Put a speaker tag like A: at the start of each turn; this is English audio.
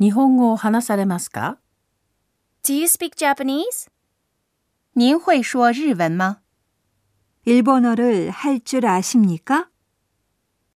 A: 日本語を話されますか
B: Do you speak Japanese?
C: 您会说日文吗？
D: 일본어를 할 줄 아십니까?